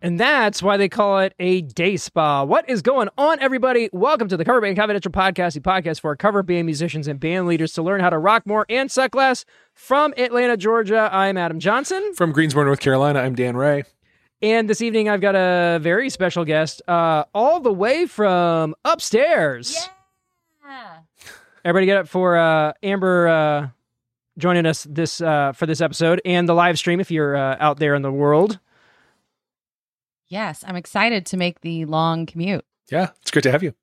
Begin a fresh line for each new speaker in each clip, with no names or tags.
And that's why they call it a day spa. What is going on, everybody? Welcome to the Cover Band Confidential Podcast, the podcast for cover band musicians and band leaders to learn how to rock more and suck less. From Atlanta, Georgia, I'm Adam Johnson.
From Greensboro, North Carolina, I'm Dan Ray.
And this evening, I've got a very special guest, uh, all the way from upstairs.
Yeah.
Everybody get up for uh, Amber uh, joining us this uh, for this episode and the live stream if you're uh, out there in the world.
Yes, I'm excited to make the long commute.
Yeah, it's great to have you.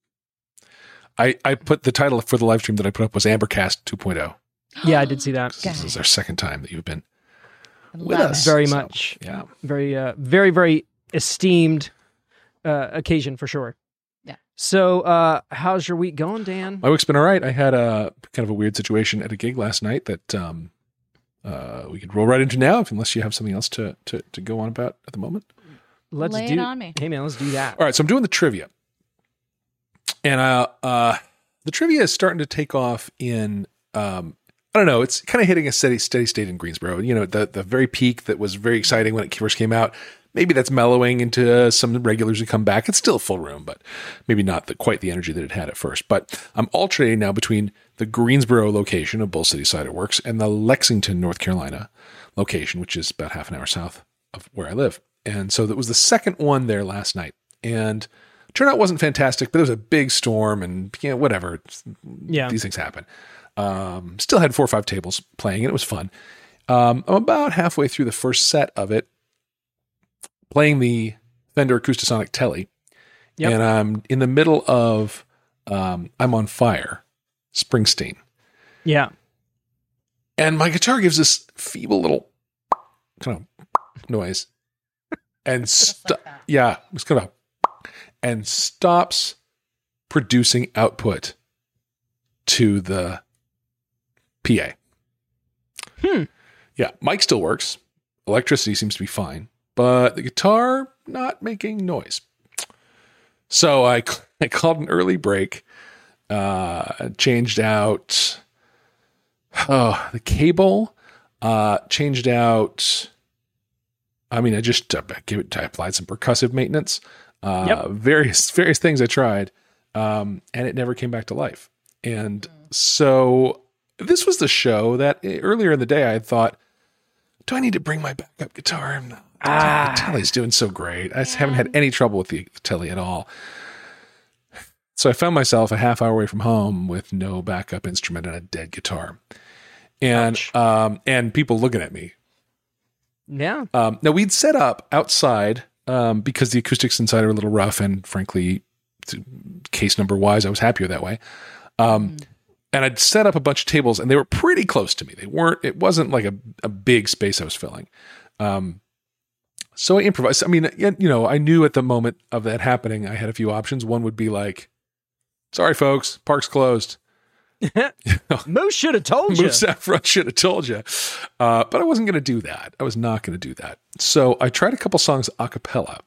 I, I put the title for the live stream that I put up was Ambercast 2.0.
Yeah, I did see that.
'cause This is
Guys.
our second time that you've been
I
with
love
us.
it.
Very
So,
much.
yeah.
very uh, very very esteemed uh, occasion for sure.
Yeah.
So uh, how's your week going, Dan?
My week's been all right. I had a kind of a weird situation at a gig last night that um, uh, we could roll right into now, if, unless you have something else to, to, to go on about at the moment.
Let's
Lay it
do.
on me.
Hey man, let's do that.
All right, so I'm doing the trivia, and uh, uh, the trivia is starting to take off in. Um, I don't know. It's kind of hitting a steady steady state in Greensboro. You know, the the very peak that was very exciting when it first came out. Maybe that's mellowing into uh, some regulars who come back. It's still a full room, but maybe not the, quite the energy that it had at first. But I'm alternating now between the Greensboro location of Bull City Cider Works and the Lexington, North Carolina location, which is about half an hour south of where I live. And so that was the second one there last night. And turnout wasn't fantastic, but there was a big storm and you know, whatever. It's-
Yeah.
These things happen. Um, still had four or five tables playing and it was fun. Um, I'm about halfway through the first set of it, playing the Fender Acoustasonic Telly.
Yep.
And I'm in the middle of um, I'm on Fire, Springsteen.
Yeah.
And my guitar gives this feeble little kind of noise. And st- yeah, it was kind of a- and stops producing output to the PA.
Hmm.
Yeah, mic still works. Electricity seems to be fine, but the guitar not making noise. So I, I called an early break, uh, changed out oh, the cable, uh, changed out. I mean, I just uh, gave it. I applied some percussive maintenance, uh,
Yep.
various various things I tried, um, and it never came back to life. And so this was the show that eh, earlier in the day I had thought, do I need to bring my backup guitar? I'm not,
Ah.
the Telly's doing so great. I just haven't had any trouble with the Telly at all. So I found myself a half hour away from home with no backup instrument and a dead guitar. And
Ouch.
um, and people looking at me
Yeah.
um, now we'd set up outside um, because the acoustics inside are a little rough, and frankly, t- case number wise, I was happier that way. Um, And I'd set up a bunch of tables, and they were pretty close to me. They weren't. It wasn't like a, a big space I was filling. Um, so I improvised. I mean, y- you know, I knew at the moment of that happening, I had a few options. One would be like, "Sorry, folks, park's closed."
Moose should have told you.
Moose Saffron should have told you. Uh, but I wasn't going to do that. I was not going to do that. So I tried a couple songs a cappella.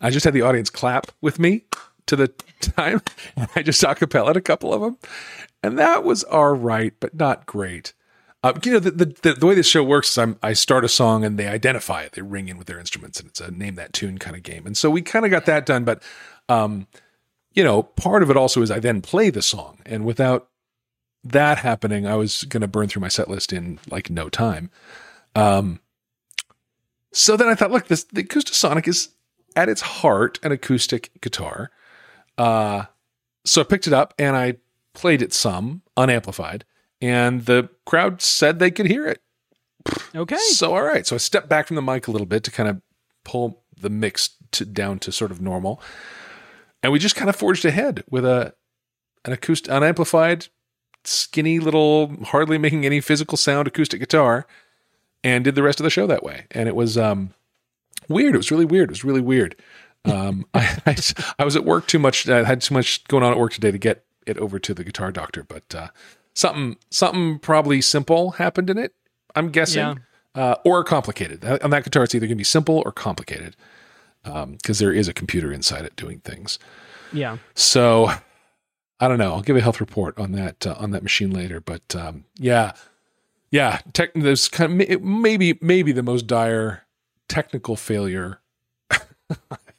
I just had the audience clap with me to the time. I just a cappella a couple of them. And that was all right, but not great. Uh, you know, the, the, the, the way this show works is I'm, I start a song and they identify it. They ring in with their instruments and it's a name that tune kind of game. And so we kind of got that done. But, um, you know, part of it also is I then play the song. And without that happening, I was going to burn through my set list in like no time. Um, so then I thought, look, this the Acoustasonic is at its heart an acoustic guitar. Uh, so I picked it up and I played it some unamplified, and the crowd said they could hear it.
Okay.
So all right, so I stepped back from the mic a little bit to kind of pull the mix to, down to sort of normal, and we just kind of forged ahead with a an acoustic, unamplified, skinny little, hardly making any physical sound acoustic guitar, and did the rest of the show that way. And it was um, weird. It was really weird. It was really weird. Um, I, I I was at work too much. I had too much going on at work today to get it over to the guitar doctor, but uh, something something probably simple happened in it. I'm guessing
Yeah.
uh, or complicated. On that guitar, it's either going to be simple or complicated because there is a computer inside it doing things.
Yeah.
So I don't know. I'll give a health report on that uh, on that machine later. But um, yeah, yeah. Tech, there's kind of, it may- maybe maybe the most dire technical failure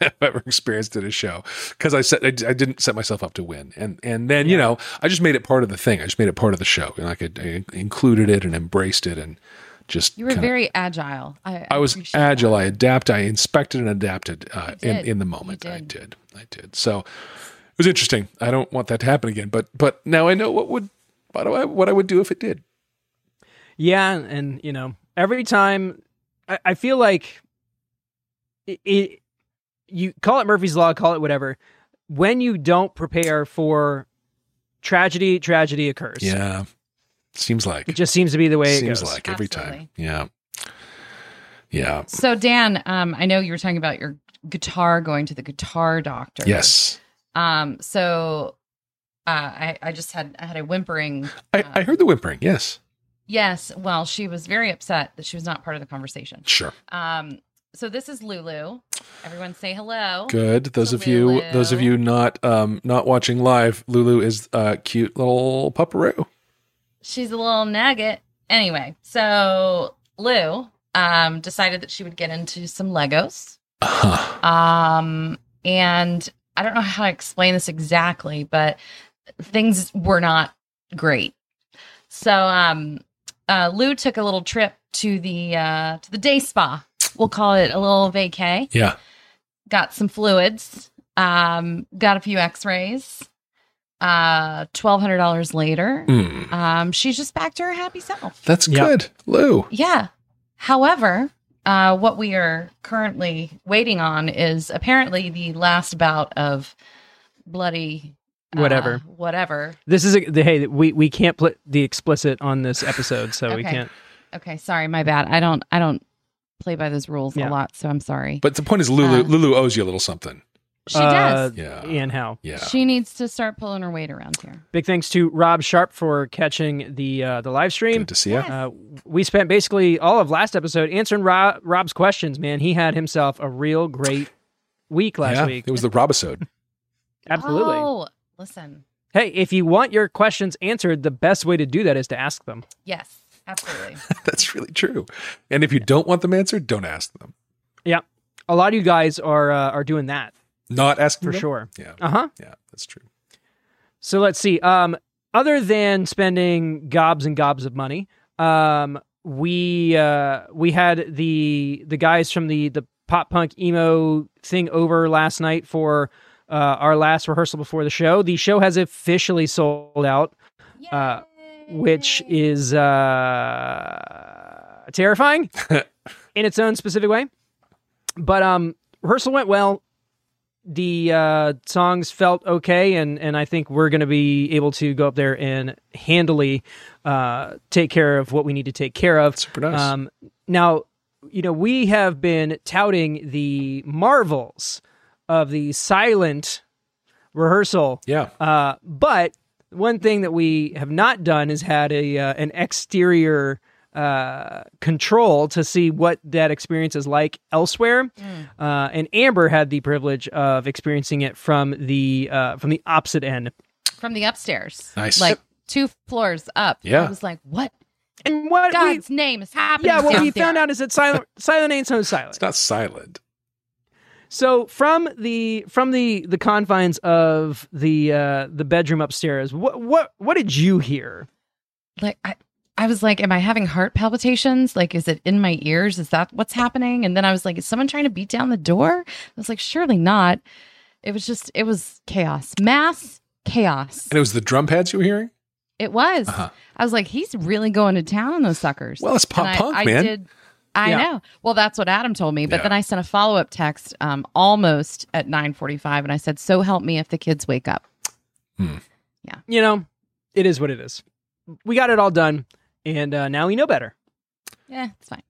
I've ever experienced at a show because I set I, d- I didn't set myself up to win, and and then you know I just made it part of the thing. I just made it part of the show, and I could I included it and embraced it, and just
You were
kinda-
very agile. I, I
I was
appreciate that.
agile. I adapt. I inspected and adapted uh, in
did.
in the
You
moment. I
did.
did. I did. So it was interesting. I don't want that to happen again. But but now I know what would what do I what I would do if it did.
Yeah, and, and, you know, every time I, I feel like it, it, you call it Murphy's Law, call it whatever. When you don't prepare for tragedy, tragedy occurs.
Yeah, seems like
It just seems to be the way it
seems
goes.
like every time.
Absolutely.
Yeah, yeah.
So Dan, um, I know you were talking about your guitar going to the guitar doctor.
Yes,
Um, so uh, I, I just had I had a whimpering.
I, I heard the whimpering. Yes,
Yes. Well, she was very upset that she was not part of the conversation.
sure.
Um, so this is Lulu. Everyone say hello.
Good. Those of you,
Lulu.
those of you not um not watching live, Lulu is a cute little pupperoo.
She's a little nugget. Anyway, so Lou um, decided that she would get into some Legos.
Uh-huh.
Um, and I don't know how to explain this exactly, but things were not great. So um, uh, Lou took a little trip to the uh, to the day spa. We'll call it a little vacay.
Yeah.
Got some fluids. Um, got a few X rays. Uh, twelve hundred dollars later,
Mm.
um, she's just back to her happy self.
That's
Yeah.
good, Lou.
Yeah. However, uh, what we are currently waiting on is apparently the last bout of bloody uh,
Whatever.
whatever.
This is a, the, hey, we we can't put the explicit on this episode, so we
Okay.
can't.
Okay, sorry, my bad. I don't. I don't play by those rules
Yeah.
a lot, so I'm sorry.
But the point is, Lulu,
Uh,
Lulu owes you a little something.
she
Uh,
does.
Yeah,
And how?
yeah.
She needs to start pulling her weight around here.
Big thanks to Rob Sharp for catching the uh, the live stream.
Good to see you.
Uh, we spent basically all of last episode answering Rob, Rob's questions. Man, he had himself a real great week last
yeah,
week.
it was the Robisode.
Absolutely.
Oh, listen.
Hey, if you want your questions answered, the best way to do that is to ask them.
Yes, absolutely.
That's really true. And if you don't want them answered, don't ask them.
Yeah, a lot of you guys are uh, are doing that
Not asking
for
them?
sure.
Yeah,
Uh huh.
yeah. That's true.
So let's see. Um, other than spending gobs and gobs of money, um, we uh, we had the the guys from the the pop punk emo thing over last night for uh, our last rehearsal before the show. The show has officially sold out, Uh, which
Yay.
is uh, terrifying in its own specific way. But um, rehearsal went well. The uh, songs felt okay, and and I think we're going to be able to go up there and handily uh, take care of what we need to take care of.
Super nice.
Um, now, you know, we have been touting the marvels of the silent rehearsal,
yeah,
uh, but one thing that we have not done is had a uh, an exterior uh, control to see what that experience is like elsewhere.
Mm.
Uh, and Amber had the privilege of experiencing it from the uh, from the opposite end.
from the upstairs.
Nice.
Like two floors up.
Yeah.
I was like, what
And what we
God's name is happening?
yeah, what
down
we
there?
found out is that silent silent ain't so silent.
it's not silent.
So from the from the the confines of the uh the bedroom upstairs, what what what did you hear?
Like, I, I was like, am I having heart palpitations? Like, is it in my ears? Is that what's happening? And then I was like, is someone trying to beat down the door? I was like, surely not. It was just, it was chaos, mass chaos.
And it was the drum pads you were hearing.
It was.
Uh-huh.
I was like, he's really going to town on those suckers.
Well, it's pop
And I-
punk,
I
man.
Did, I
Yeah.
know. Well, that's what Adam told me. But
Yeah.
then I sent a follow up text um, almost at nine forty five, and I said, "So help me if the kids wake up."
You know, it is what it is. We got it all done, and uh, now we know better.
Yeah, it's fine.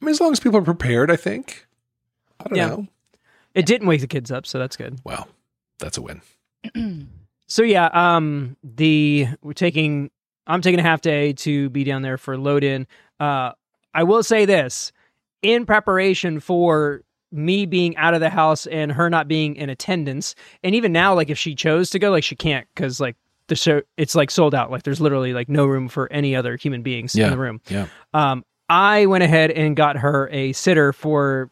I mean, as long as people are prepared, I think. I don't
Yeah.
know.
It didn't wake the kids up, so that's good.
Well, that's a win.
So yeah, um the we're taking I'm taking a half day to be down there for load in. Uh I will say this in preparation for me being out of the house and her not being in attendance and even now like if she chose to go like she can't cuz like the show it's like sold out like there's literally like no room for any other human beings
Yeah.
in the room.
Yeah.
Um I went ahead and got her a sitter for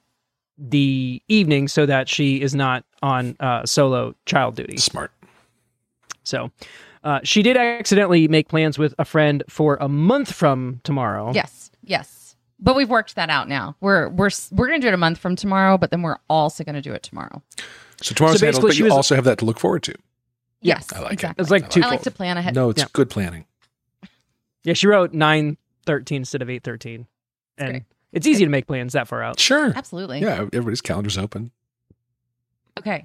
the evening so that she is not on uh, solo child duty.
Smart.
So uh, she did accidentally make plans with a friend for a month from tomorrow.
Yes, yes. But we've worked that out now. We're we're s- we're gonna do it a month from tomorrow, but then we're also gonna do it tomorrow.
So tomorrow's
So
handled,
basically
but
she
you
was-
also have that to look forward to.
Yeah,
yes,
I like it.
exactly.
It's like two.
I like to plan ahead.
No, it's
Yeah.
good planning.
Yeah, she wrote nine thirteen instead of eight thirteen, and
great.
it's easy to make plans that far out.
Sure.
Absolutely.
Yeah, everybody's calendar's open.
Okay.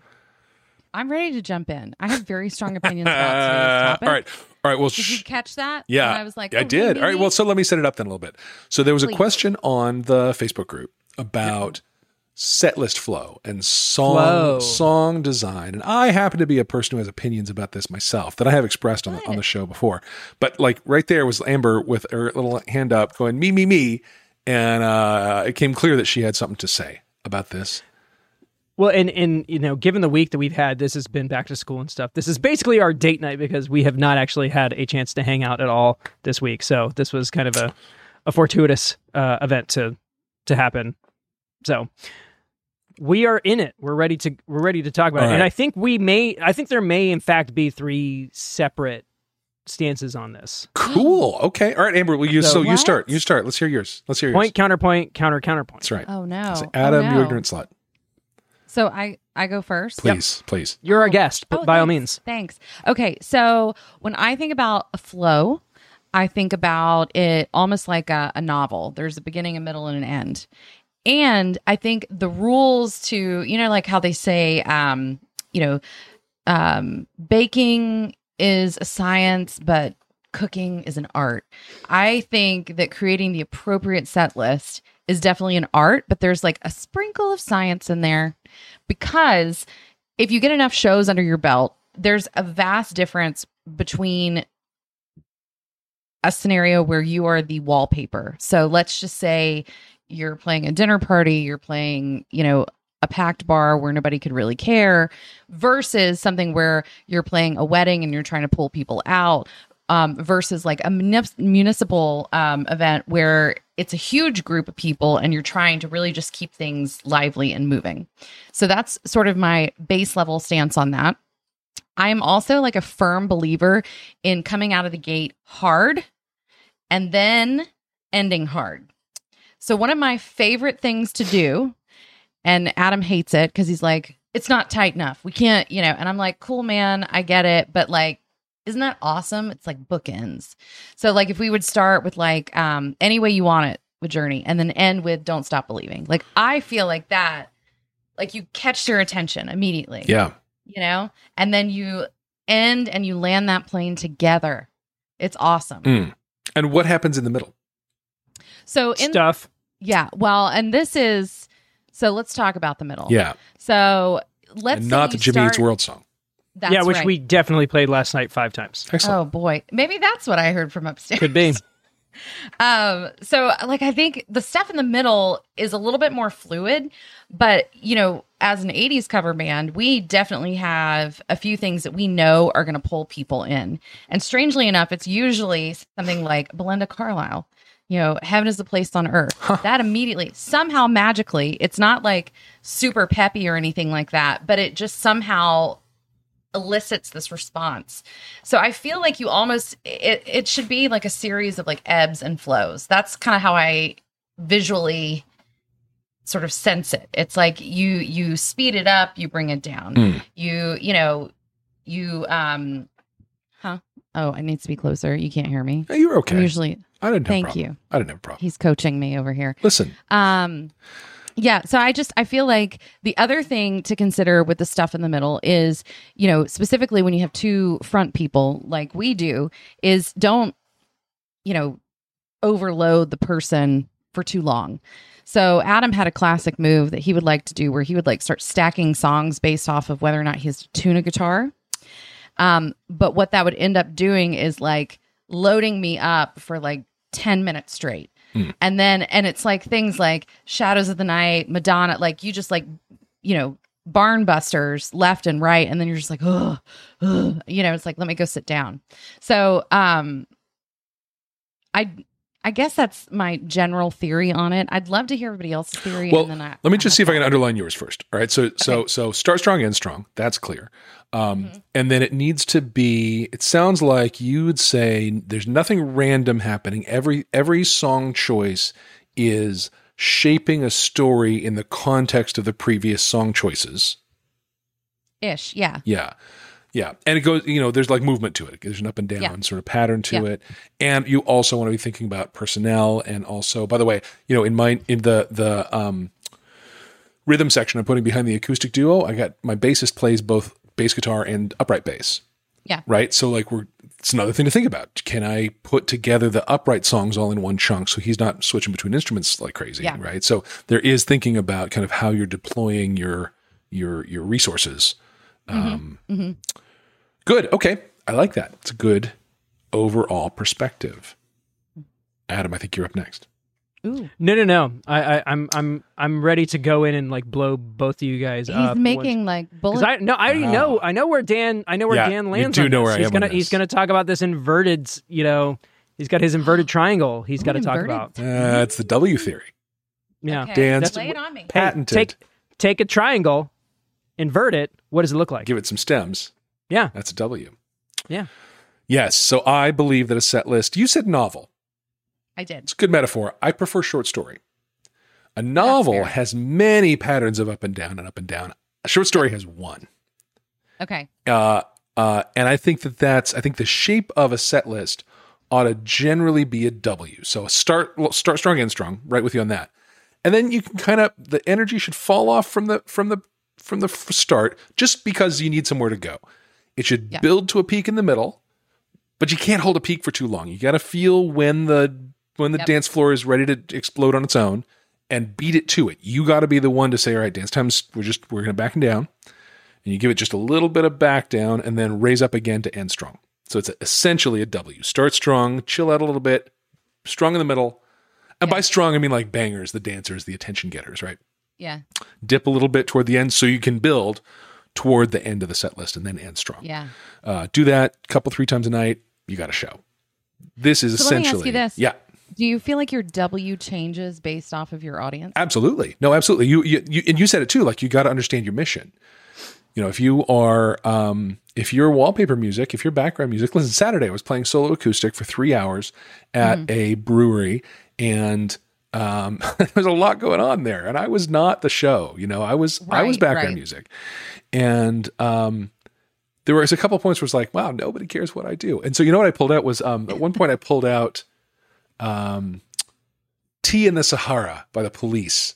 I'm ready to jump in. I have very strong opinions about today's topic.
all right. All right. Well,
Did you
sh-
catch that?
Yeah,
And I was like,
I
oh,
did. All right.
really?
Well, so let me set it up then a little bit. So there was a
Please.
question on the Facebook group about set list flow and song
Flow.
song design. And I happen to be a person who has opinions about this myself that I have expressed on the, on the show before. But like right there was Amber with her little hand up going me me me, and uh, it came clear that she had something to say about this.
Well, and and you know, given the week that we've had, this has been back to school and stuff. This is basically our date night because we have not actually had a chance to hang out at all this week. So this was kind of a a fortuitous uh, event to to happen. So we are in it. We're ready to we're ready to talk about
All
it. And
right.
I think we may I think there may in fact be three separate stances on this.
Cool. Okay. All right, Amber. Well, you
So-
so, you
What?
start. You start. Let's hear yours. Let's hear yours.
Point counterpoint counter counterpoint.
That's right.
Oh no.
So
Oh,
Adam,
no.
you ignorant slut.
So I I go first.
Please, please.
You're our guest, but
Oh,
by all
thanks.
means.
Thanks. Okay. So when I think about a flow, I think about it almost like a, a novel. There's a beginning, a middle, and an end. And I think the rules to, you know, like how they say, um, you know, um, baking is a science, but cooking is an art. I think that creating the appropriate set list is definitely an art, but there's like a sprinkle of science in there because if you get enough shows under your belt, there's a vast difference between a scenario where you are the wallpaper. So let's just say you're playing a dinner party, you're playing, you know, a packed bar where nobody could really care versus something where you're playing a wedding and you're trying to pull people out um, versus like a munis- municipal um, event where it's a huge group of people and you're trying to really just keep things lively and moving. So that's sort of my base level stance on that. I'm also like a firm believer in coming out of the gate hard and then ending hard. So, one of my favorite things to do, and Adam hates it because he's like, it's not tight enough. We can't, you know, and I'm like, cool, man, I get it. But like, isn't that awesome? It's like bookends. So, like, if we would start with like, um, any way you want it with Journey and then end with Don't Stop Believing, like, I feel like that, like, you catch their attention immediately
Yeah.
you know, and then you end and you land that plane together. It's awesome.
Mm. And what happens in the middle?
So Oh, in
Stuff.
yeah, well, and this is so let's talk about the middle.
Yeah, Oh.
So let's
and
say
not the
you
Jimmy
start,
Eats World song.
That's
yeah, which
right.
we definitely played last night five times.
Excellent.
Oh boy, maybe that's what I heard from upstairs.
Could be.
Um, so like I think the stuff in the middle is a little bit more fluid, but you know, as an 80s cover band, we definitely have a few things that we know are going to pull people in. And strangely enough, it's usually something like Belinda Carlisle. You know, heaven is the place on earth. That immediately, somehow magically, it's not like super peppy or anything like that, but it just somehow elicits this response. So I feel like you almost it it should be like a series of like ebbs and flows. That's kind of how I visually sort of sense it. It's like you you speed it up, you bring it down.
Mm.
You you know, you um huh. Oh, I need to be closer. You can't hear me.
Hey, you were
I'm
okay.
usually
I didn't have a
thank
problem.
you.
I didn't have a problem.
He's coaching me over here.
Listen,
Um yeah, so I just I feel like the other thing to consider with the stuff in the middle is, you know, specifically when you have two front people like we do is don't you know overload the person for too long. So Adam had a classic move that he would like to do where he would like start stacking songs based off of whether or not he has to tune a guitar. Um, but what that would end up doing is like loading me up for like 10 minutes straight.
Hmm.
And then, and it's like things like Shadows of the Night, Madonna, like you just like, you know, barn busters left and right. And then you're just like, ugh, ugh, you know, it's like, let me go sit down. So, um, I, I guess that's my general theory on it. I'd love to hear everybody else's theory.
Well,
and then I,
Let me just
have
see if I can
that.
underline yours first. All right. So so so start strong and strong. That's clear. Um,
Mm-hmm.
And then it needs to be. It sounds like you'd say there's nothing random happening. Every every song choice is shaping a story in the context of the previous song choices.
ish. Yeah.
Yeah. Yeah. And it goes, you know, there's like movement to it. There's an up and down
Yeah.
sort of pattern to
Yeah.
it. And you also want to be thinking about personnel and also, by the way, you know, in my in the the um rhythm section I'm putting behind the acoustic duo, I got my bassist plays both bass guitar and upright bass.
Yeah.
Right? So like we're it's another thing to think about. Can I put together the upright songs all in one chunk so he's not switching between instruments like crazy,
Yeah.
right? So there is thinking about kind of how you're deploying your your your resources. Um, Good. Okay. I like that. It's a good overall perspective. Adam, I think you're up next.
Ooh.
No, no, no. I, I, I'm, I'm, I'm ready to go in and like blow both of you guys
He's
up.
making like
Because
bullet.
I no, I already
Wow.
know. I know where Dan. I know where
Yeah,
Dan
you
lands.
do
on
know
this.
where I
he's
am on
gonna he's
this.
gonna talk about this inverted. You know, he's got his inverted triangle. He's got to talk
Inverted
about.
Uh, it's the W theory.
Yeah,
Okay,
Dan's-
lay it on me.
Hey,
Patented.
take take a triangle, invert it. What does it look like?
Give it some stems.
Yeah.
That's a W.
Yeah.
Yes. So I believe that a set list, you said novel.
I did.
It's a good metaphor. I prefer short story. A novel
fair.
has many patterns of up and down and up and down. A short story has one.
Okay.
uh, uh, and I think that that's I think the shape of a set list ought to generally be a W. So start well, start strong and strong, right with you on that, and then you can kind of the energy should fall off from the from the from the f- start just because you need somewhere to go. It should
Yeah.
build to a peak in the middle, but you can't hold a peak for too long. You got to feel when the when the
Yep.
dance floor is ready to explode on its own and beat it to it. You got to be the one to say, "All right, dance times, we're just we're going to back down." and you give it just a little bit of back down and then raise up again to end strong. So it's essentially a W. Start strong, chill out a little bit, strong in the middle. And by strong, I mean like bangers, the dancers, the attention getters, right?
Yeah.
Dip a little bit toward the end so you can build toward the end of the set list and then end strong.
Yeah.
Uh, do that a couple, three times a night. You got a show. This is
So let me ask
essentially.
you this.
Yeah.
Do you feel like your W changes based off of your audience?
Absolutely. No, absolutely. You, you, you and you said it too. Like you got to understand your mission. You know, if you are, um, if your wallpaper music, if your background music, listen, Saturday I was playing solo acoustic for three hours at
Mm-hmm.
a brewery and, um, there was a lot going on there and I was not the show, you know, I was, I was
Right,
background
right.
music and, um, there was a couple points where it's like, wow, nobody cares what I do. And so, you know what I pulled out was, um, at one point I pulled out, um, Tea in the Sahara by the police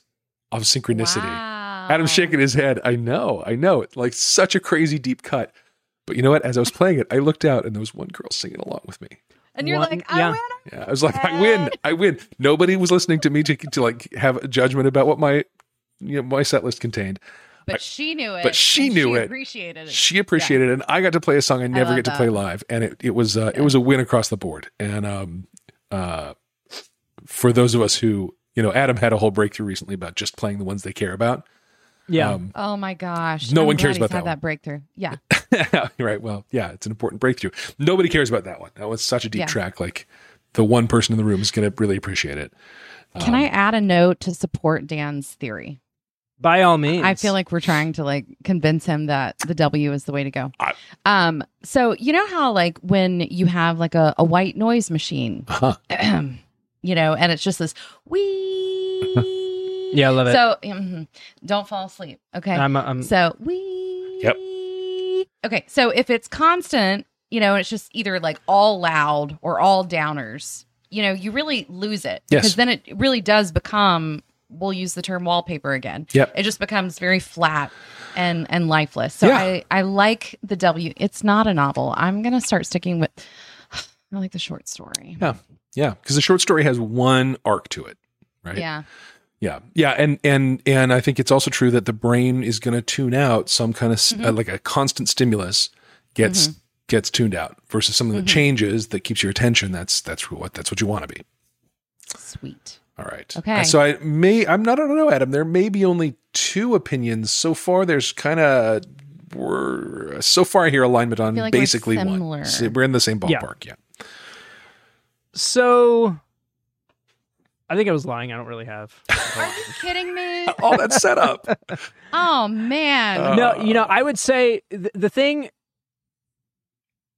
of synchronicity.
Wow.
Adam's shaking his head. I know, I know. It's like such a crazy deep cut. But you know what? As I was playing it, I looked out and there was one girl singing along with me.
And you're
One-
like, I
yeah.
win.
Yeah, I was like, I win, I win. Nobody was listening to me to, to like have a judgment about what my you know, my set list contained.
But she knew it.
but she
and
knew it.
Appreciated it.
She appreciated it, and I got to play a song I never
love
get to
that.
play live, and it it was uh, it was a win across the board. And um, uh, for those of us who you know, Adam had a whole breakthrough recently about just playing the ones they care about.
Yeah,
Um,
Oh my gosh.
No
I'm
one
glad
cares
he's
about
had
that one.
that breakthrough. Yeah.
right. Well, yeah, it's an important breakthrough. Nobody cares about that one. That was such a deep
Yeah.
track. Like the one person in the room is going to really appreciate it. Um,
Can I add a note to support Dan's theory?
by all means.
I feel like we're trying to like convince him that the W is the way to go.
I-
um, so you know how like when you have like a, a white noise machine,
Huh.
you know, and it's just this wee.
Yeah, I love it.
So mhm. don't fall asleep. Okay.
I'm, I'm,
So we.
Um, Yep.
Okay. So if it's constant, you know, and it's just either like all loud or all downers, you know, you really lose it.
Yes.
Because then it really does become, we'll use the term wallpaper again.
Yep.
It just becomes very flat and and lifeless. So
Yeah.
I, I like the W. It's not a novel. I'm going to start sticking with, I like the short story.
Yeah. Yeah. Because the short story has one arc to it. Right.
Yeah.
Yeah. Yeah. And, and, and I think it's also true that the brain is going to tune out some kind of uh, like a constant stimulus gets, gets tuned out versus something that changes that keeps your attention. That's, that's what, that's what you want to be.
Sweet.
All right.
Okay.
So I may I'm not I don't know, Adam. There may be only two opinions so far. There's kind of we're so far I hear alignment on
feel like we're
basically
similar.
one. So we're in the same
Yeah.
ballpark. Yeah.
so I think I was lying. I don't really have.
Are you kidding me?
All that setup.
Oh man.
Uh,
no, you know, I would say the, the thing.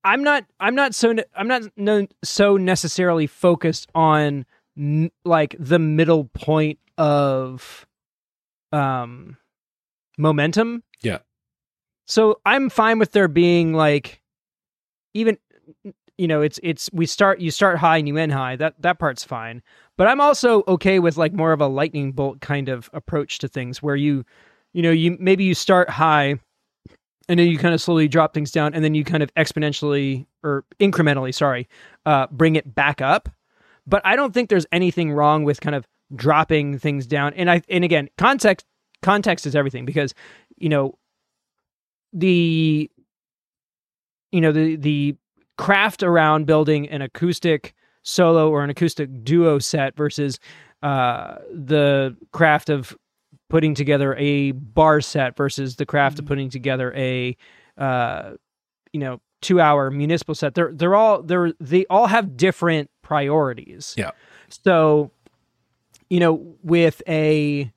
I'm not. I'm not so. ne- I'm not no, so necessarily focused on n- like the middle point of, um, momentum.
Yeah.
So I'm fine with there being like, even, you know, it's it's we start you start high and you end high. That that part's fine. But I'm also okay with like more of a lightning bolt kind of approach to things where you you know you maybe you start high and then you kind of slowly drop things down and then you kind of exponentially or incrementally sorry uh, bring it back up but i don't think there's anything wrong with kind of dropping things down and i and again context context is everything because you know the you know the the craft around building an acoustic solo or an acoustic duo set versus uh the craft of putting together a bar set versus the craft of
Mm-hmm.
Mhm.
putting together a uh you know 2 hour municipal set they're they're all they're they all have different priorities
Yeah.
so you know with a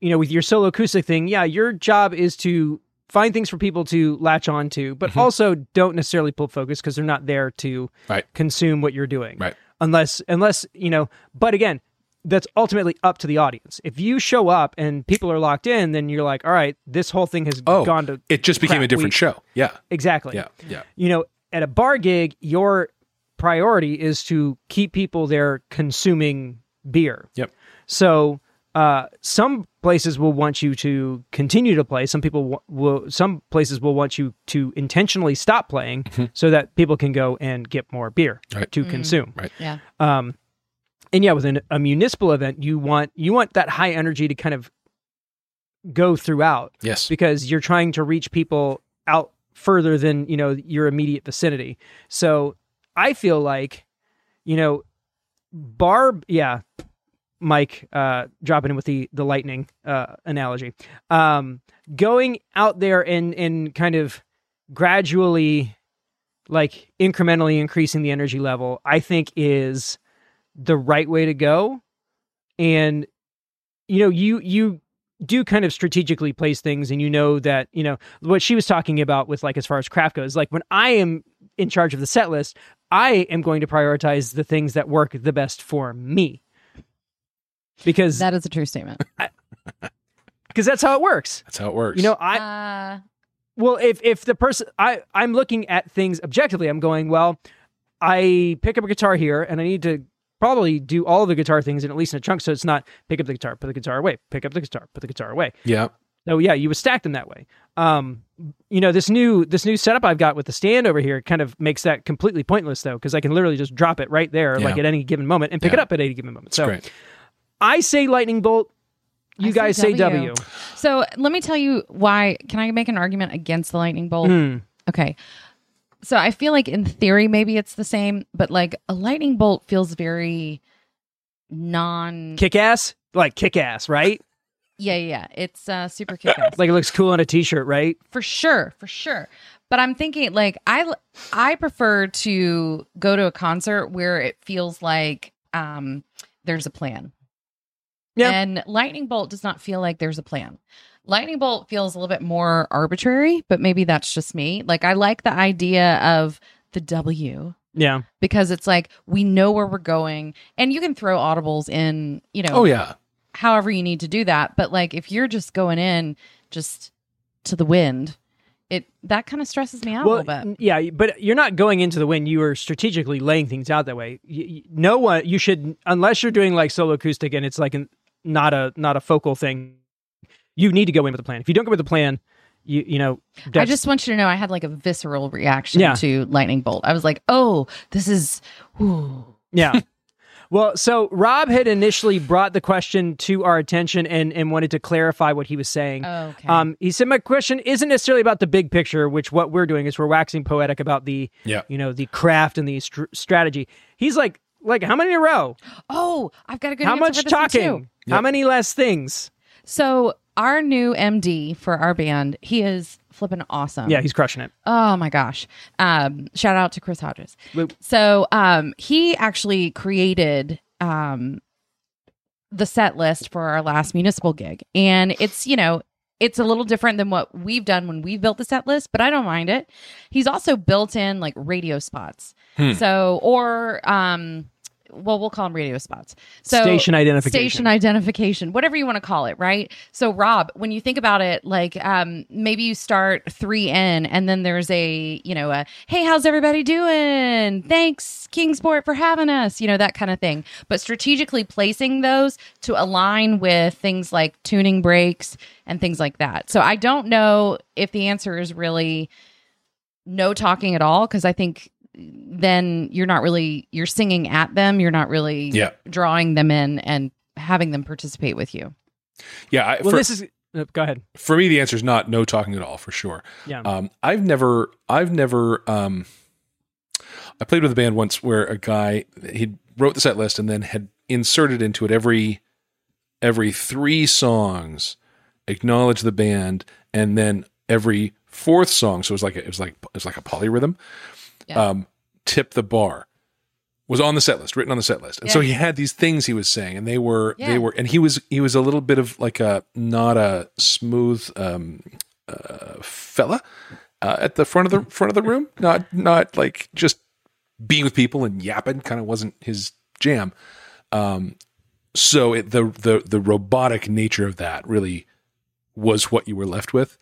you know with your solo acoustic thing yeah your job is to find things for people to latch on to but
Mhm.
also don't necessarily pull focus because they're not there to
Right.
consume what you're doing
Right.
unless unless you know but again that's ultimately up to the audience if you show up and people are locked in then you're like all right this whole thing has
Oh,
gone to
It just became
Crap,
a different
we-
show. Yeah.
exactly
Yeah. Yeah.
you know, at a bar gig, your priority is to keep people there consuming beer.
Yep.
So, uh, some places will want you to continue to play. Some people wa- will. Some places will want you to intentionally stop playing so that people can go and get more beer
Mm-hmm. Right.
to
Mm.
consume.
Right.
Yeah.
Um, and yeah, with an, a municipal event, you want you want that high energy to kind of go throughout
Yes.
because you're trying to reach people out further than you know your immediate vicinity so i feel like you know barb yeah mike uh dropping in with the the lightning uh analogy um going out there and and kind of gradually like incrementally increasing the energy level i think is the right way to go and you know you you do kind of strategically place things and you know that you know what she was talking about with like as far as craft goes like when i am in charge of the set list i am going to prioritize the things that work the best for me because
That is a true statement.
because that's how it works
That's how it works.
you know i
uh,
well if if the person i i'm looking at things objectively i'm going well i pick up a guitar here and i need to probably do all of the guitar things in at least in a chunk so it's not pick up the guitar put the guitar away pick up the guitar put the guitar away
yeah.
so yeah, you would stack them that way. Um, you know, this new this new setup I've got with the stand over here kind of makes that completely pointless though, because I can literally just drop it right there,
Yeah.
like at any given moment, and pick it
Yeah.
up at any given moment.
It's
so
great.
I say lightning bolt. You
I say
guys say W.
W.
so let me tell you why. Can I make an argument against the lightning bolt?
Mm.
Okay. So I feel like in theory maybe it's the same, but like a lightning bolt feels very non
Kick ass, like kick ass, right?
Yeah, yeah, yeah. It's uh super kick ass.
Like it looks cool on a t-shirt, right?
for sure, for sure. But I'm thinking like I I prefer to go to a concert where it feels like um there's a plan.
Yeah.
And lightning bolt does not feel like there's a plan. Lightning bolt feels a little bit more arbitrary, but maybe that's just me. Like I like the idea of the W
Yeah.
because it's like we know where we're going and you can throw audibles in, you know,
Oh yeah.
however you need to do that. But like if you're just going in just to the wind, it that kind of stresses me out a little bit.
n- yeah, but you're not going into the wind. You are strategically laying things out that way. Y- y- no one, you should, unless you're doing like solo acoustic and it's like an, not a not a focal thing. You need to go in with a plan. If you don't go with a plan, you you know,
I
that's-
just want you to know I had like a visceral reaction
Yeah.
to lightning bolt. I was like, "Oh, this is ooh.
yeah. well, so Rob had initially brought the question to our attention and and wanted to clarify what he was saying.
okay.
Um, he said, "My question isn't necessarily about the big picture, which what we're doing is we're waxing poetic about the,
Yeah.
you know, the craft and the str- strategy." He's like, "Like how many in a row?
oh, I've got a good
How
answer for
much
this one, too.
talking? How many less things?
So, our new MD for our band, he is flipping awesome.
Yeah, he's crushing it.
Oh my gosh. Um, shout out to Chris Hodges.
Wait.
So um, he actually created um, the set list for our last municipal gig. And it's, you know, it's a little different than what we've done when we've built the set list, but I don't mind it. He's also built in like radio spots.
Hmm.
So, or, um, well, we'll call them radio spots. So,
station identification.
Station identification, whatever you want to call it, right? So, Rob, when you think about it, like um, maybe you start three N, and then there's a you know a hey, how's everybody doing? Thanks, Kingsport, for having us. You know that kind of thing. But strategically placing those to align with things like tuning breaks and things like that. So I don't know if the answer is really no talking at all because I think then you're not really you're singing at them you're not really
Yeah.
drawing them in and having them participate with you.
Yeah. I,
well,
for,
this is uh, go ahead.
for me, the answer is not no talking at all for sure.
Yeah.
Um, I've never, I've never, um, I played with a band once where a guy he wrote the set list and then had inserted into it every every three songs, acknowledge the band, and then every fourth song. So it was like a, it was like it was like a polyrhythm.
Yeah.
Um, tip the bar was on the set list, written on the set list, and so
Yeah.
he had these things he was saying, and they were
Yeah.
they were, and he was he was a little bit of like a not a smooth um, uh, fella uh, at the front of the front of the room, not not like just being with people and yapping kind of wasn't his jam. Um, so it, the the the robotic nature of that really was what you were left with.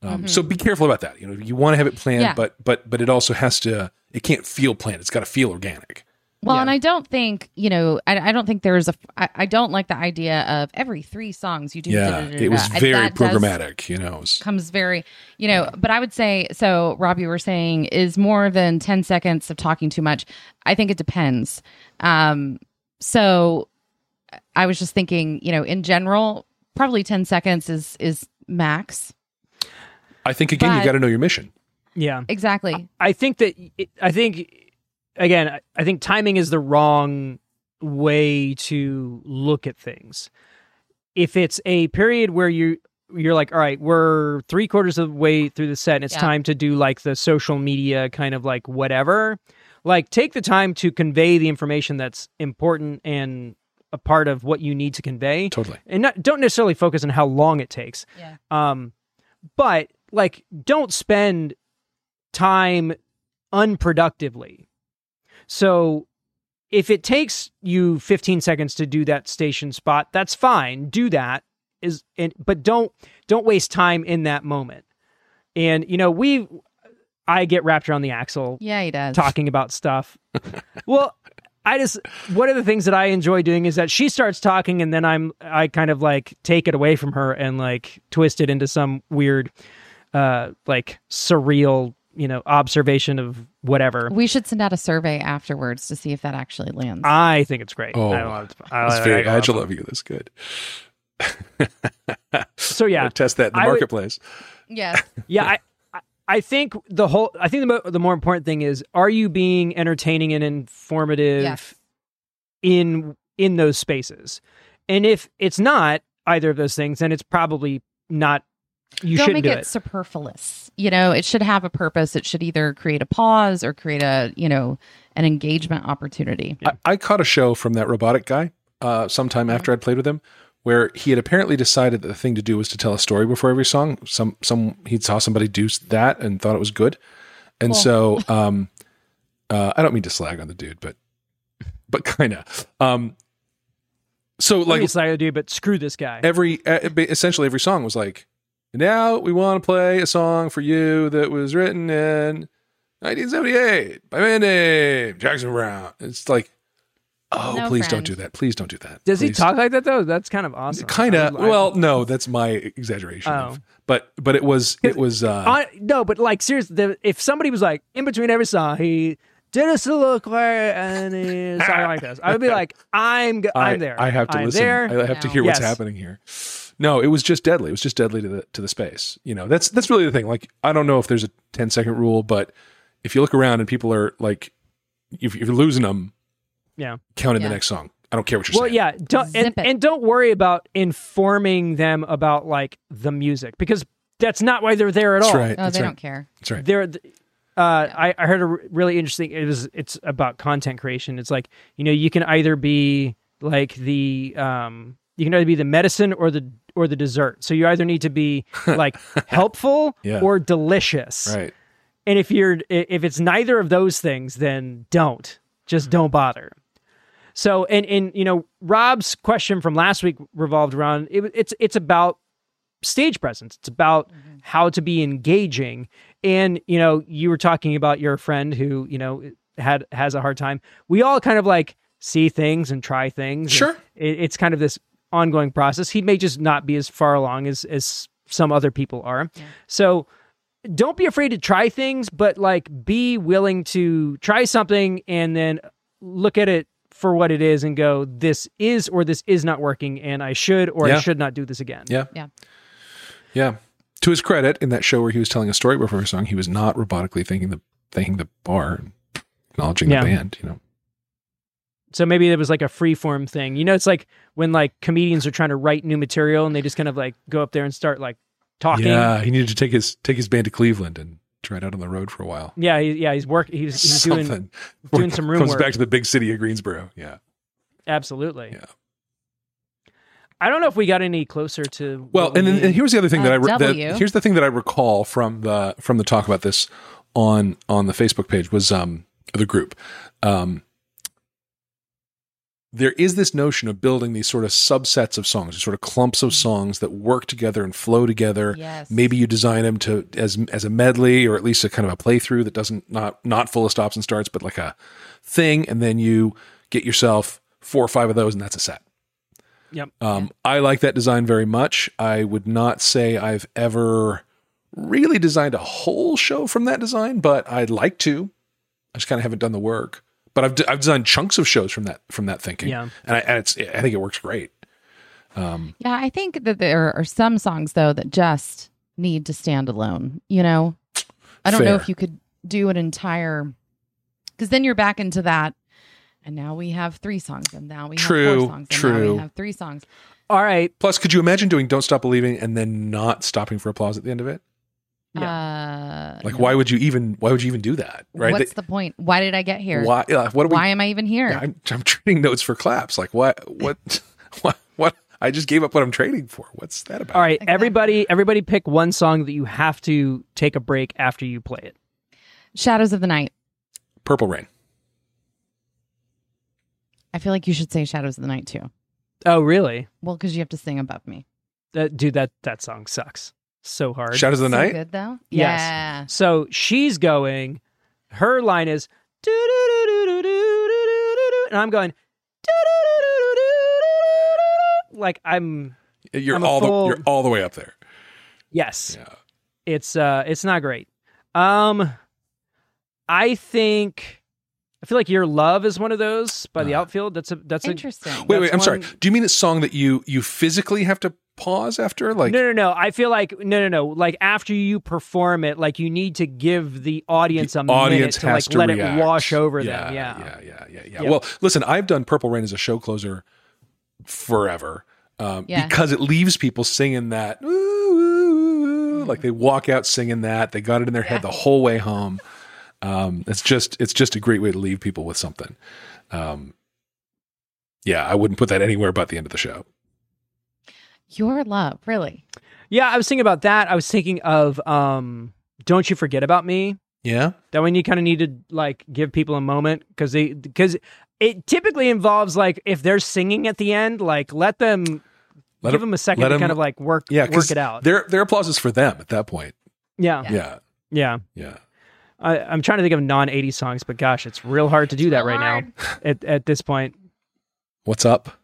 Um, So be careful about that. You know, you want to have it planned,
Mm-hmm. Yeah.
but but but it also has to. It can't feel planned. It's got to feel organic.
Well,
Yeah.
and I don't think you know. I, I don't think there's a. I, I don't like the idea of every three songs you do.
Yeah,
da-da-da-da-da.
it was
I-
very
that does-
programmatic. you know, It's-
Comes very, you know. But I would say so. Rob, you were saying is more than ten seconds of talking too much. I think it depends. Um, so I was just thinking, you know, in general, probably ten seconds is is max.
I think again, you
But-
got to know your mission.
yeah.
Uh,
Exactly.
I think that it- I think again, I- I think timing is the wrong way to look at things. If it's a period where you you're like, all right, we're three quarters of the way through the set, and it's
Yeah.
time to do like the social media kind of like whatever. Like, take the time to convey the information that's important and a part of what you need to convey
Totally.
and not, don't necessarily focus on how long it takes.
Yeah.
Um, but like, don't spend time unproductively. So, if it takes you 15 seconds to do that station spot, that's fine. Do that is, and but don't don't waste time in that moment. And you know, we, I get wrapped around the axle
Yeah, he does.
talking about stuff. well, I just one of the things that I enjoy doing is that she starts talking and then I'm I kind of like take it away from her and like twist it into some weird uh like surreal, you know, observation of whatever.
We should send out a survey afterwards to see if that actually lands.
Uh,
I think it's great.
Oh,
I don't know. It's, I-
That's
I-
very
I-
agile of you. That's good.
So yeah,
Test that in the
I would-
marketplace.
yes.
yeah. I, I- I think the whole. I think the mo- the more important thing is: Are you being entertaining and informative
Yes.
in in those spaces? And if it's not either of those things, then it's probably not. You
don't
shouldn't
make
do
it,
it.
superfluous. You know, it should have a purpose. It should either create a pause or create a, you know, an engagement opportunity.
Yeah.
I, I caught a show from that robotic guy uh, sometime after I'd played with him, where he had apparently decided that the thing to do was to tell a story before every song. Some some he saw somebody do s- that and thought it was good, and so um, uh, I don't mean to slag on the dude, but but kind of. Um, so
Like
like
it's like, dude, but screw this guy.
every uh, ba- essentially every song was like now we want to play a song for you that was written in 1978 by a man named jackson brown it's like oh
No
please don't
friend.
do that please don't do that
Does he
Please.
talk like that though? That's kind of awesome.
kind
I
of
would like-
well no that's my exaggeration
Oh.
of- but but it was it was uh
I, no, but like seriously, the, if somebody was like in between every song, he did us a look where and he something like this, I would be like, I'm g-
I,
I'm there.
I have to
I'm
listen.
There.
I have to
No.
hear what's
Yes.
happening here. No, it was just deadly. It was just deadly to the to the space. You know, that's that's really the thing. Like, I don't know if there's a 10 second rule, but if you look around and people are like, if you're losing them,
Yeah.
count in
Yeah.
the next song. I don't care what you're
well,
saying.
yeah, don't, and,
Zip it.
and don't worry about informing them about like the music because that's not why they're there at
that's
all.
right.
Oh,
that's
they
right.
don't care.
That's right.
There, th- uh, I, I heard a r- really interesting. It was it's about content creation. It's like you know you can either be like the um you can either be the medicine or the or the dessert. So you either need to be like helpful
Yeah.
or delicious.
Right.
And if you're i- if it's neither of those things, then don't. Just don't bother. So and and you know Rob's question from last week revolved around it, it's it's about stage presence. It's about how to be engaging. And you know you were talking about your friend who you know had has a hard time. We all kind of like see things and try things. and
Sure.
it, it's kind of this ongoing process. He may just not be as far along as as some other people are. So don't be afraid to try things, but like be willing to try something and then look at it for what it is and go, this is or this is not working, and I should or I
Yeah.
should not do this again.
Yeah.
Yeah.
Yeah. To his credit, in that show where he was telling a story before a song, he was not robotically thanking the thanking the bar and acknowledging
Yeah.
the band. You know.
So maybe it was like a free form thing. You know, it's like when like comedians are trying to write new material and they just kind of like go up there and start like talking.
Yeah. He needed to take his take his band to Cleveland and try it out on the road for a while.
Yeah, he- yeah, he's work. He's, he's doing
Something. Before
doing
he
some room
comes
work.
back to the big city of Greensboro. Yeah.
absolutely.
Yeah.
I don't know if we got any closer to
Well,
what we
and, then
need.
and here's the other thing that I
Uh,
re-
W.
that, here's the thing that I recall from the from the talk about this on on the Facebook page was um the group. Um there is this notion of building these sort of subsets of songs, these sort of clumps of songs that work together and flow together.
Yes.
Maybe you design them to as as a medley or at least a kind of a playthrough that doesn't not not full of stops and starts, but like a thing, and then you get yourself four or five of those, and that's a set.
Yep.
Um, I like that design very much. I would not say I've ever really designed a whole show from that design, but I'd like to. I just kind of haven't done the work. But I've, d- I've designed chunks of shows from that from that thinking,
Yeah.
and I and it's I think it works great. Um,
Yeah, I think that there are some songs though that just need to stand alone. You know, I don't know
Fair.
if you could do an entire because then you're back into that. And now we have three songs, and now we have
True,
four songs, and now
true.
we have three songs.
all right.
plus, could you imagine doing "Don't Stop Believing" and then not stopping for applause at the end of it?
Uh,
Like,
no.
why would you even why would you even do that? Right?
What's
That-
the point? Why did I get here?
why? Uh, what are we
Why am I even here?
Yeah, I'm, I'm trading notes for claps. Like what? What? What? What? I just gave up what I'm trading for. What's that about?
All right,
Exactly.
everybody, everybody, pick one song that you have to take a break after you play it.
Shadows of the Night.
Purple Rain.
I feel like you should say Shadows of the Night too.
Oh, really?
Well, because you have to sing above me.
That dude, that that song sucks so hard.
Shadows of the
So
Night.
good though.
Yes.
Yeah.
so she's going. Her line is "Do, do, do, do, do, do, do, do, do," and I'm going. "Do, do, do, do, do, do, do, do, do." Like I'm
You're
I'm a
all the
full-
you're all the way up there.
yes,
Yeah.
it's uh, it's not great. Um, I think I feel like your love is one of those by the
Uh.
outfield. That's a that's a
Interesting.
Wait, wait. I'm
That's
sorry.
one-
Do you mean a song that you you physically have to pause after? Like
no, no, no. I feel like no, no, no. Like after you perform it, like you need to give the audience a
the audience
minute to like
has to
let
react.
it wash over
yeah,
them. Yeah.
yeah, yeah, yeah, yeah.
Yeah.
Well, listen, I've done Purple Rain as a show closer forever um,
Yeah.
because it leaves people singing that. "Ooh, ooh, ooh," Like they walk out singing that. They got it in their head the whole way home. Um, it's just it's just a great way to leave people with something. Um, yeah, I wouldn't put that anywhere but the end of the show.
Your love, really.
Yeah, I was thinking about that. I was thinking of um Don't You Forget About Me.
Yeah,
That one you kind of need to like give people a moment because they because it typically involves like if they're singing at the end, like let them
Let
give
'em-
them a second
let
to
'em-
kind of like work
yeah. 'cause
work it out.
Their their applause is for them at that point.
Yeah, yeah.
Yeah.
Yeah, yeah.
I, I'm trying to think of non 80s songs, but gosh, it's real hard to do that right now at at this point.
What's up?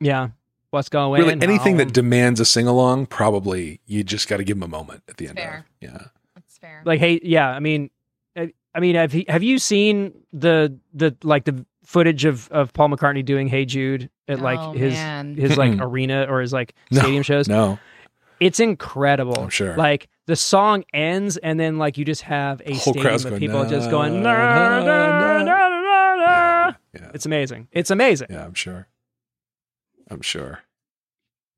Yeah. What's going Um,
really anything that
on?
demands a sing along, probably you just got to give them a moment at the end.
Fair.
Of. Yeah.
That's fair.
like hey yeah i mean i, I mean have, he, have you seen the the like the footage of of paul mccartney doing hey jude at like
Oh,
his
man.
his like
Mm-mm.
arena or his like
No,
stadium shows
No.
it's incredible
I'm sure.
like the song ends and then like you just have a
Whole
stadium
crowd's
of
going,
people
"Na,
just going
na,
"Na, na, na, na,
na,
na."
Yeah. Yeah.
it's amazing it's amazing
Yeah, I'm sure. I'm sure.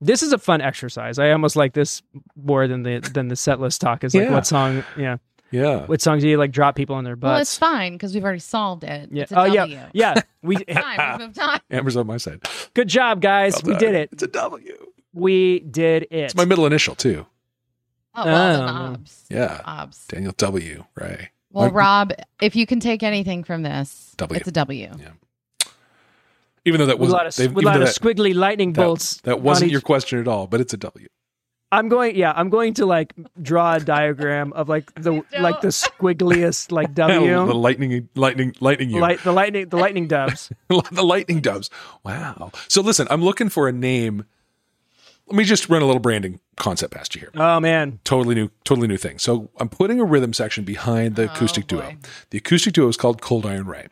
this is a fun exercise i almost like this more than the than the set list talk is like
Yeah.
what song yeah
Yeah.
What songs do you like drop people on their
well, it's
butts?
fine because we've already solved it.
yeah.
It's a
oh yeah.
W.
Yeah. We
Time. We've moved on.
Amber's on my side.
good job guys.
Well
We
done.
did it.
It's a W.
We did it.
It's my middle initial too.
Oh, well, then
Oh.
obs.
Yeah.
Obs.
Daniel W. Ray.
Well,
Like-
Rob, if you can take anything from this,
W.
it's a W.
Even though that
with a lot
wasn't
of,
they've-
with a
even
lot
though
of
that,
squiggly lightning
that-
bolts.
that
on
wasn't
each-
your question at all, but it's a W.
I'm going. Yeah, I'm going to like draw a diagram of like the
Please
like the squiggliest like W.
the lightning, lightning, lightning you.
Light, the lightning, the lightning dubs.
the lightning doves. Wow. So listen, I'm looking for a name. Let me just run a little branding concept past you here.
Oh man,
Totally new, totally new thing. So I'm putting a rhythm section behind the
Oh,
acoustic duo.
boy.
The acoustic duo is called Cold Iron Ray.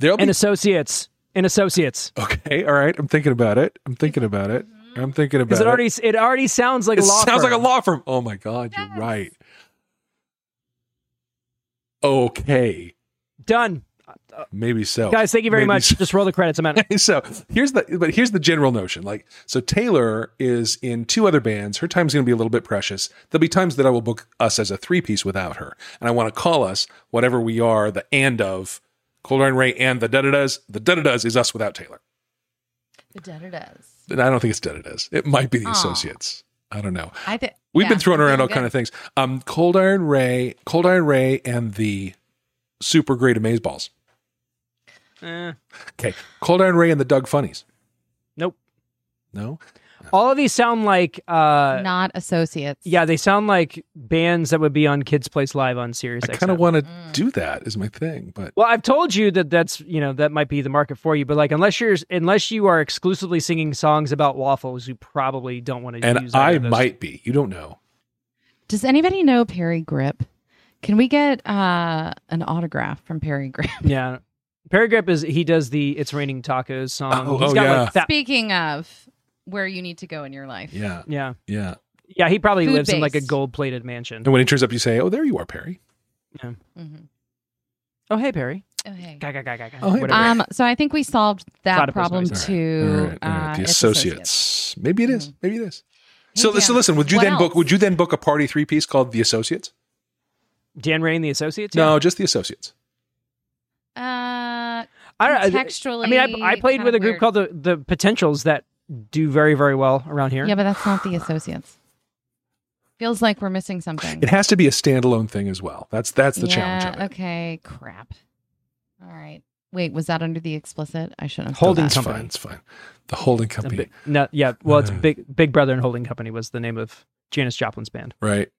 There'll be
and associates, and associates.
okay. All right. I'm thinking about it. I'm thinking about it. I'm thinking about
Because Mm-hmm. it already it already sounds like
It
a law.
sounds like a
firm.
law firm. Oh my God, you're
Yes.
right. Okay,
Done,
maybe so.
guys. Thank you very
Maybe
much.
so.
Just roll the credits. I'm out.
so here's the but here's the general notion. Like so, Taylor is in two other bands. Her time's going to be a little bit precious. There'll be times that I will book us as a three piece without her, and I want to call us whatever we are. The and of Cold Iron Ray and the da da das. The da da das is us without Taylor.
The da does.
And I don't think it's da da das. It might be the
Aw.
associates. I don't know.
I think
We've been throwing around all kind of things. Um, Cold Iron Ray, Cold Iron Ray, and the Super Great Amaze Balls.
Eh,
Okay, Cold Iron Ray and the Doug Funnies.
nope.
No,
All of these sound like. uh
not associates.
Yeah, they sound like bands that would be on Kids Place Live on Sirius.
I
XM.
kind of want to
Mm.
do that. Is my thing, but
Well, I've told you that that's you know that might be the market for you, but like unless you're unless you are exclusively singing songs about waffles, you probably don't want to.
and
use either
I
of those.
might be. You don't know.
Does anybody know Perry Grip? Can we get uh, an autograph from Perry Grip?
Yeah, Perry Grip is he does the "It's Raining Tacos" song.
Oh,
He's
oh,
got
yeah.
like that.
Speaking of where you need to go in your life,
Yeah,
Yeah,
yeah.
yeah. He probably lives in like a
Food-based.
gold-plated mansion.
And when he turns up, you say, "Oh, there you are, Perry."
Mhm.
Oh, hey Perry.
Okay.
Ga, ga, ga, ga, ga.
Oh, hey,
Whatever.
Um, so I think we solved that
Platypus
problem
noise.
too.
All right, all right.
uh,
the
it's
associates. Maybe it is.
Mm.
Maybe it is.
Hey,
so, so
Dan,
listen. Would you
what
then book?
else?
Would you then book a party three piece called the Associates?
Dan Ray and the Associates. Yeah.
No, just the Associates.
Uh,
I don't. I- I
textually.
mean, I, I played with a group called the the Potentials that do very very well around here.
Yeah, but that's not the associates. Feels like we're missing something.
It has to be a standalone thing as well. That's that's the
yeah,
challenge of it.
Okay, crap. All right. Wait, was that under the explicit? I shouldn't have. said
Holding
that.
That's
company.
fine. It's fine. The holding
A
company,
big- no, yeah. Well, it's
Uh.
big Big Brother and Holding Company was the name of Janis Joplin's band.
right?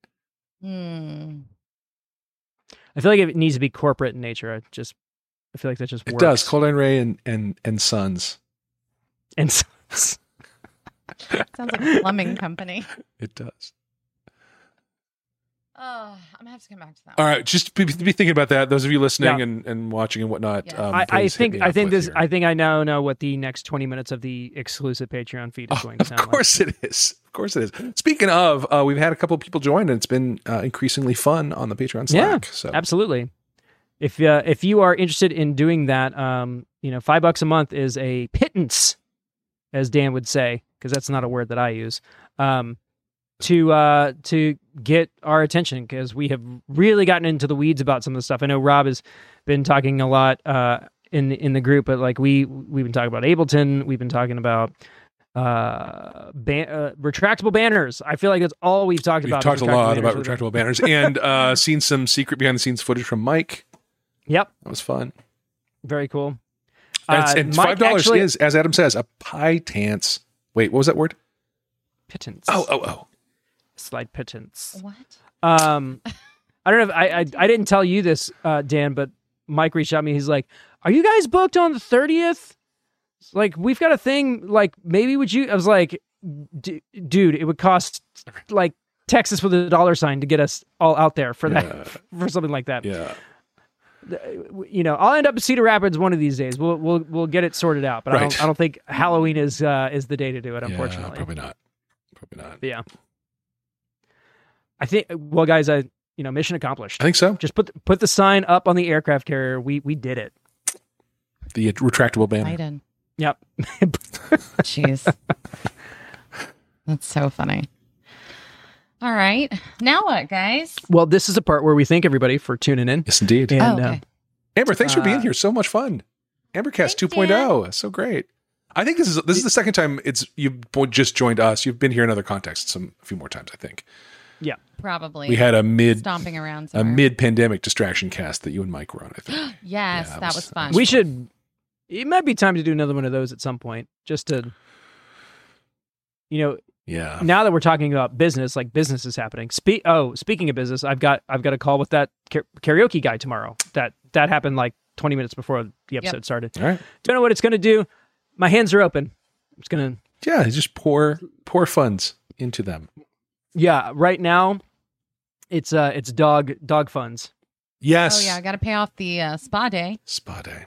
Hmm.
I feel like it needs to be corporate in nature. I just I feel like that just
It
works.
does. Cold Iron Ray and and and Sons.
And so-
Sounds like a plumbing company.
It does.
Oh, I'm gonna have to come back to that.
All right, just be, be thinking about that. Those of you listening
Yeah.
and, and watching and whatnot.
Yeah.
Um,
I, I
please hit
think
me
I
up
think
with
this
your-
I think I now know what the next twenty minutes of the exclusive Patreon feed is
Oh,
going to
of
sound
course it is. Of course it is. Speaking of, uh, we've had a couple of people join, and it's been uh, increasingly fun on the Patreon
Yeah,
Slack. so
like. Absolutely. If uh, if you are interested in doing that, um, you know, five bucks a month is a pittance, as Dan would say, because that's not a word that I use. Um, to uh, to get our attention because we have really gotten into the weeds about some of the stuff. I know Rob has been talking a lot uh, in in the group, but like we we've been talking about Ableton, we've been talking about uh, ban- uh retractable banners. I feel like that's all we've talked
we've
about.
talked a lot about
banners.
retractable banners and uh, seen some secret behind the scenes footage from Mike.
Yep,
That was fun.
very cool.
And,
Uh,
it's- and
Mike
five dollars
actually-
is, as Adam says, a pittance. Wait, what was that word?
pittance.
Oh, oh, oh.
slight pittance.
What?
Um, I don't know. If I, I I didn't tell you this, uh, Dan, but Mike reached out to me. He's like, "Are you guys booked on the thirtieth? Like, we've got a thing. Like, maybe would you?" I was like, "D- "Dude, it would cost like Texas with a dollar sign to get us all out there for
Yeah.
that for something like that.
Yeah.
You know, I'll end up in Cedar Rapids one of these days. We'll we'll we'll get it sorted out. But I
Right.
don't I don't think Halloween is uh, is the day to do it.
Yeah,
Unfortunately,
probably not. Probably not.
But yeah. I think. Well, guys, I you know, mission accomplished.
I think so.
Just put the, put the sign up on the aircraft carrier. We we did it.
The retractable banner.
Biden.
Yep.
Jeez. That's so funny.
All right. Now what, guys?
Well, this is the part where we thank everybody for tuning in.
Yes, indeed.
And
Oh, okay.
uh,
Amber, thanks for being
Uh,
here. So much fun. Ambercast
Thanks,
2.0. So great. I think this is this is the second time it's you just joined us. You've been here in other contexts some a few more times, I think.
Probably.
We had a mid
stomping around
a
somewhere.
mid pandemic distraction cast that you and Mike were on, I think.
yes,
Yeah, it
that
was-
was,
it
fun.
was
we should. It might be time to do another one of those at some point, just to. You know,
Yeah.
now that we're talking about business, like business is happening. Spe- oh, speaking of business, I've got I've got a call with that ka- karaoke guy tomorrow. That that happened like 20 minutes before the episode started.
All right.
Don't know what it's going to do. My hands are open. It's going to
Yeah, just pour pour funds into them.
Yeah, right now it's uh it's dog dog funds.
Yes.
Oh yeah, I got to pay off the uh, spa day.
Spa day.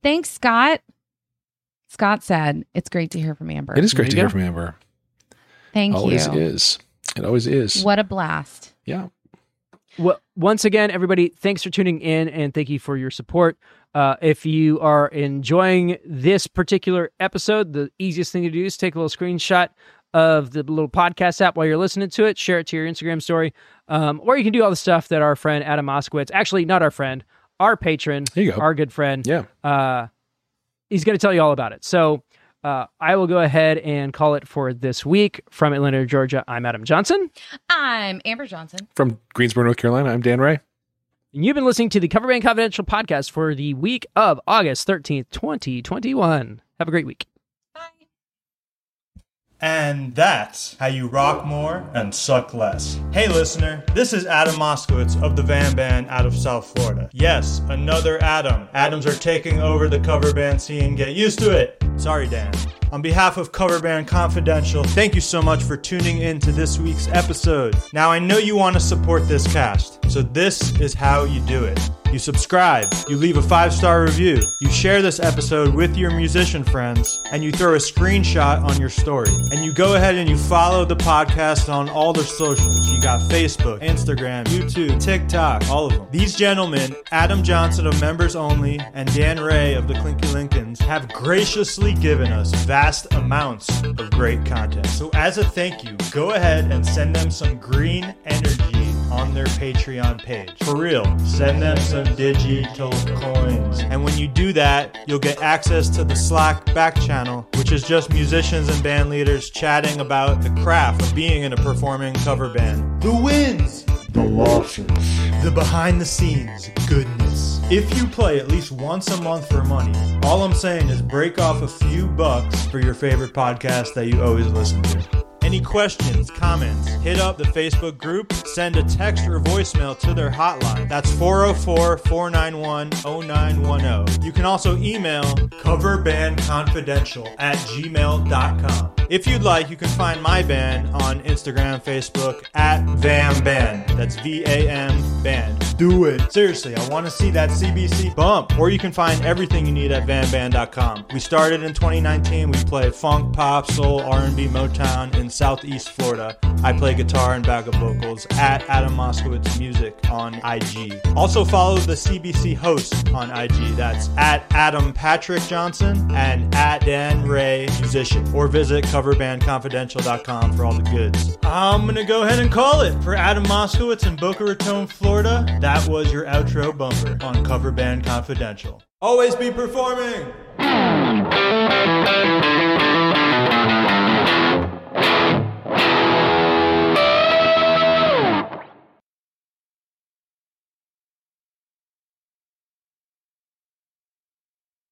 Thanks, Scott. Scott said it's great to hear from Amber.
It is great
There
to
you
hear
go.
from Amber.
Thank
always
you.
is. It always is.
What a blast.
Yeah.
Well, once again, everybody, thanks for tuning in and thank you for your support. Uh, if you are enjoying this particular episode, the easiest thing to do is take a little screenshot of the little podcast app while you're listening to it, share it to your Instagram story, um, or you can do all the stuff that our friend Adam Moskowitz, actually not our friend, our patron,
There you go.
our good friend,
Yeah.
uh, he's going to tell you all about it. So uh, I will go ahead and call it for this week. From Atlanta, Georgia, I'm Adam Johnson.
I'm Amber Johnson.
From Greensboro, North Carolina, I'm Dan Ray.
And you've been listening to the Cover Band Confidential podcast for the week of August 13th, 2021. Have a great week.
Bye.
And that's how you rock more and suck less. Hey, listener, this is Adam Moskowitz of the Van Band out of South Florida. Yes, another Adam. Adams are taking over the cover band scene. Get used to it. Sorry, Dan. On behalf of Cover Band Confidential, thank you so much for tuning in to this week's episode. Now, I know you want to support this cast, so this is how you do it. You subscribe, you leave a five star review, you share this episode with your musician friends, and you throw a screenshot on your story. And you go ahead and you follow the podcast on all their socials. You got Facebook, Instagram, YouTube, TikTok, all of them. These gentlemen, Adam Johnson of Members Only and Dan Ray of the Clinky Lincolns, have graciously given us vast amounts of great content. So, as a thank you, go ahead and send them some green energy on their Patreon page. For real, send them some digital coins. And when you do that, you'll get access to the Slack back channel, which is just musicians and band leaders chatting about the craft of being in a performing cover band. The wins! the behind the scenes goodness. If you play at least once a month for money, all I'm saying is break off a few bucks for your favorite podcast that you always listen to. Any questions, comments, hit up the Facebook group, send a text or voicemail to their hotline. That's 404 491 0910. oh. You can also email coverbandconfidential at gmail.com. If you'd like, you can find my band on Instagram, Facebook, at Vam Band. That's V A M Band. Do it. Seriously, I want to see that CBC bump. Or you can find everything you need at vanband.com. We started in 2019. We play funk, pop, soul, R&B, Motown in Southeast Florida. I play guitar and backup vocals at Adam Moskowitz Music on IG. Also follow the CBC host on IG. That's at Adam Patrick Johnson and at Dan Ray Musician. Or visit coverbandconfidential.com for all the goods. I'm going to go ahead and call it. For Adam Moskowitz in Boca Raton, Florida, that was your outro bumper on Cover Band Confidential. Always be performing!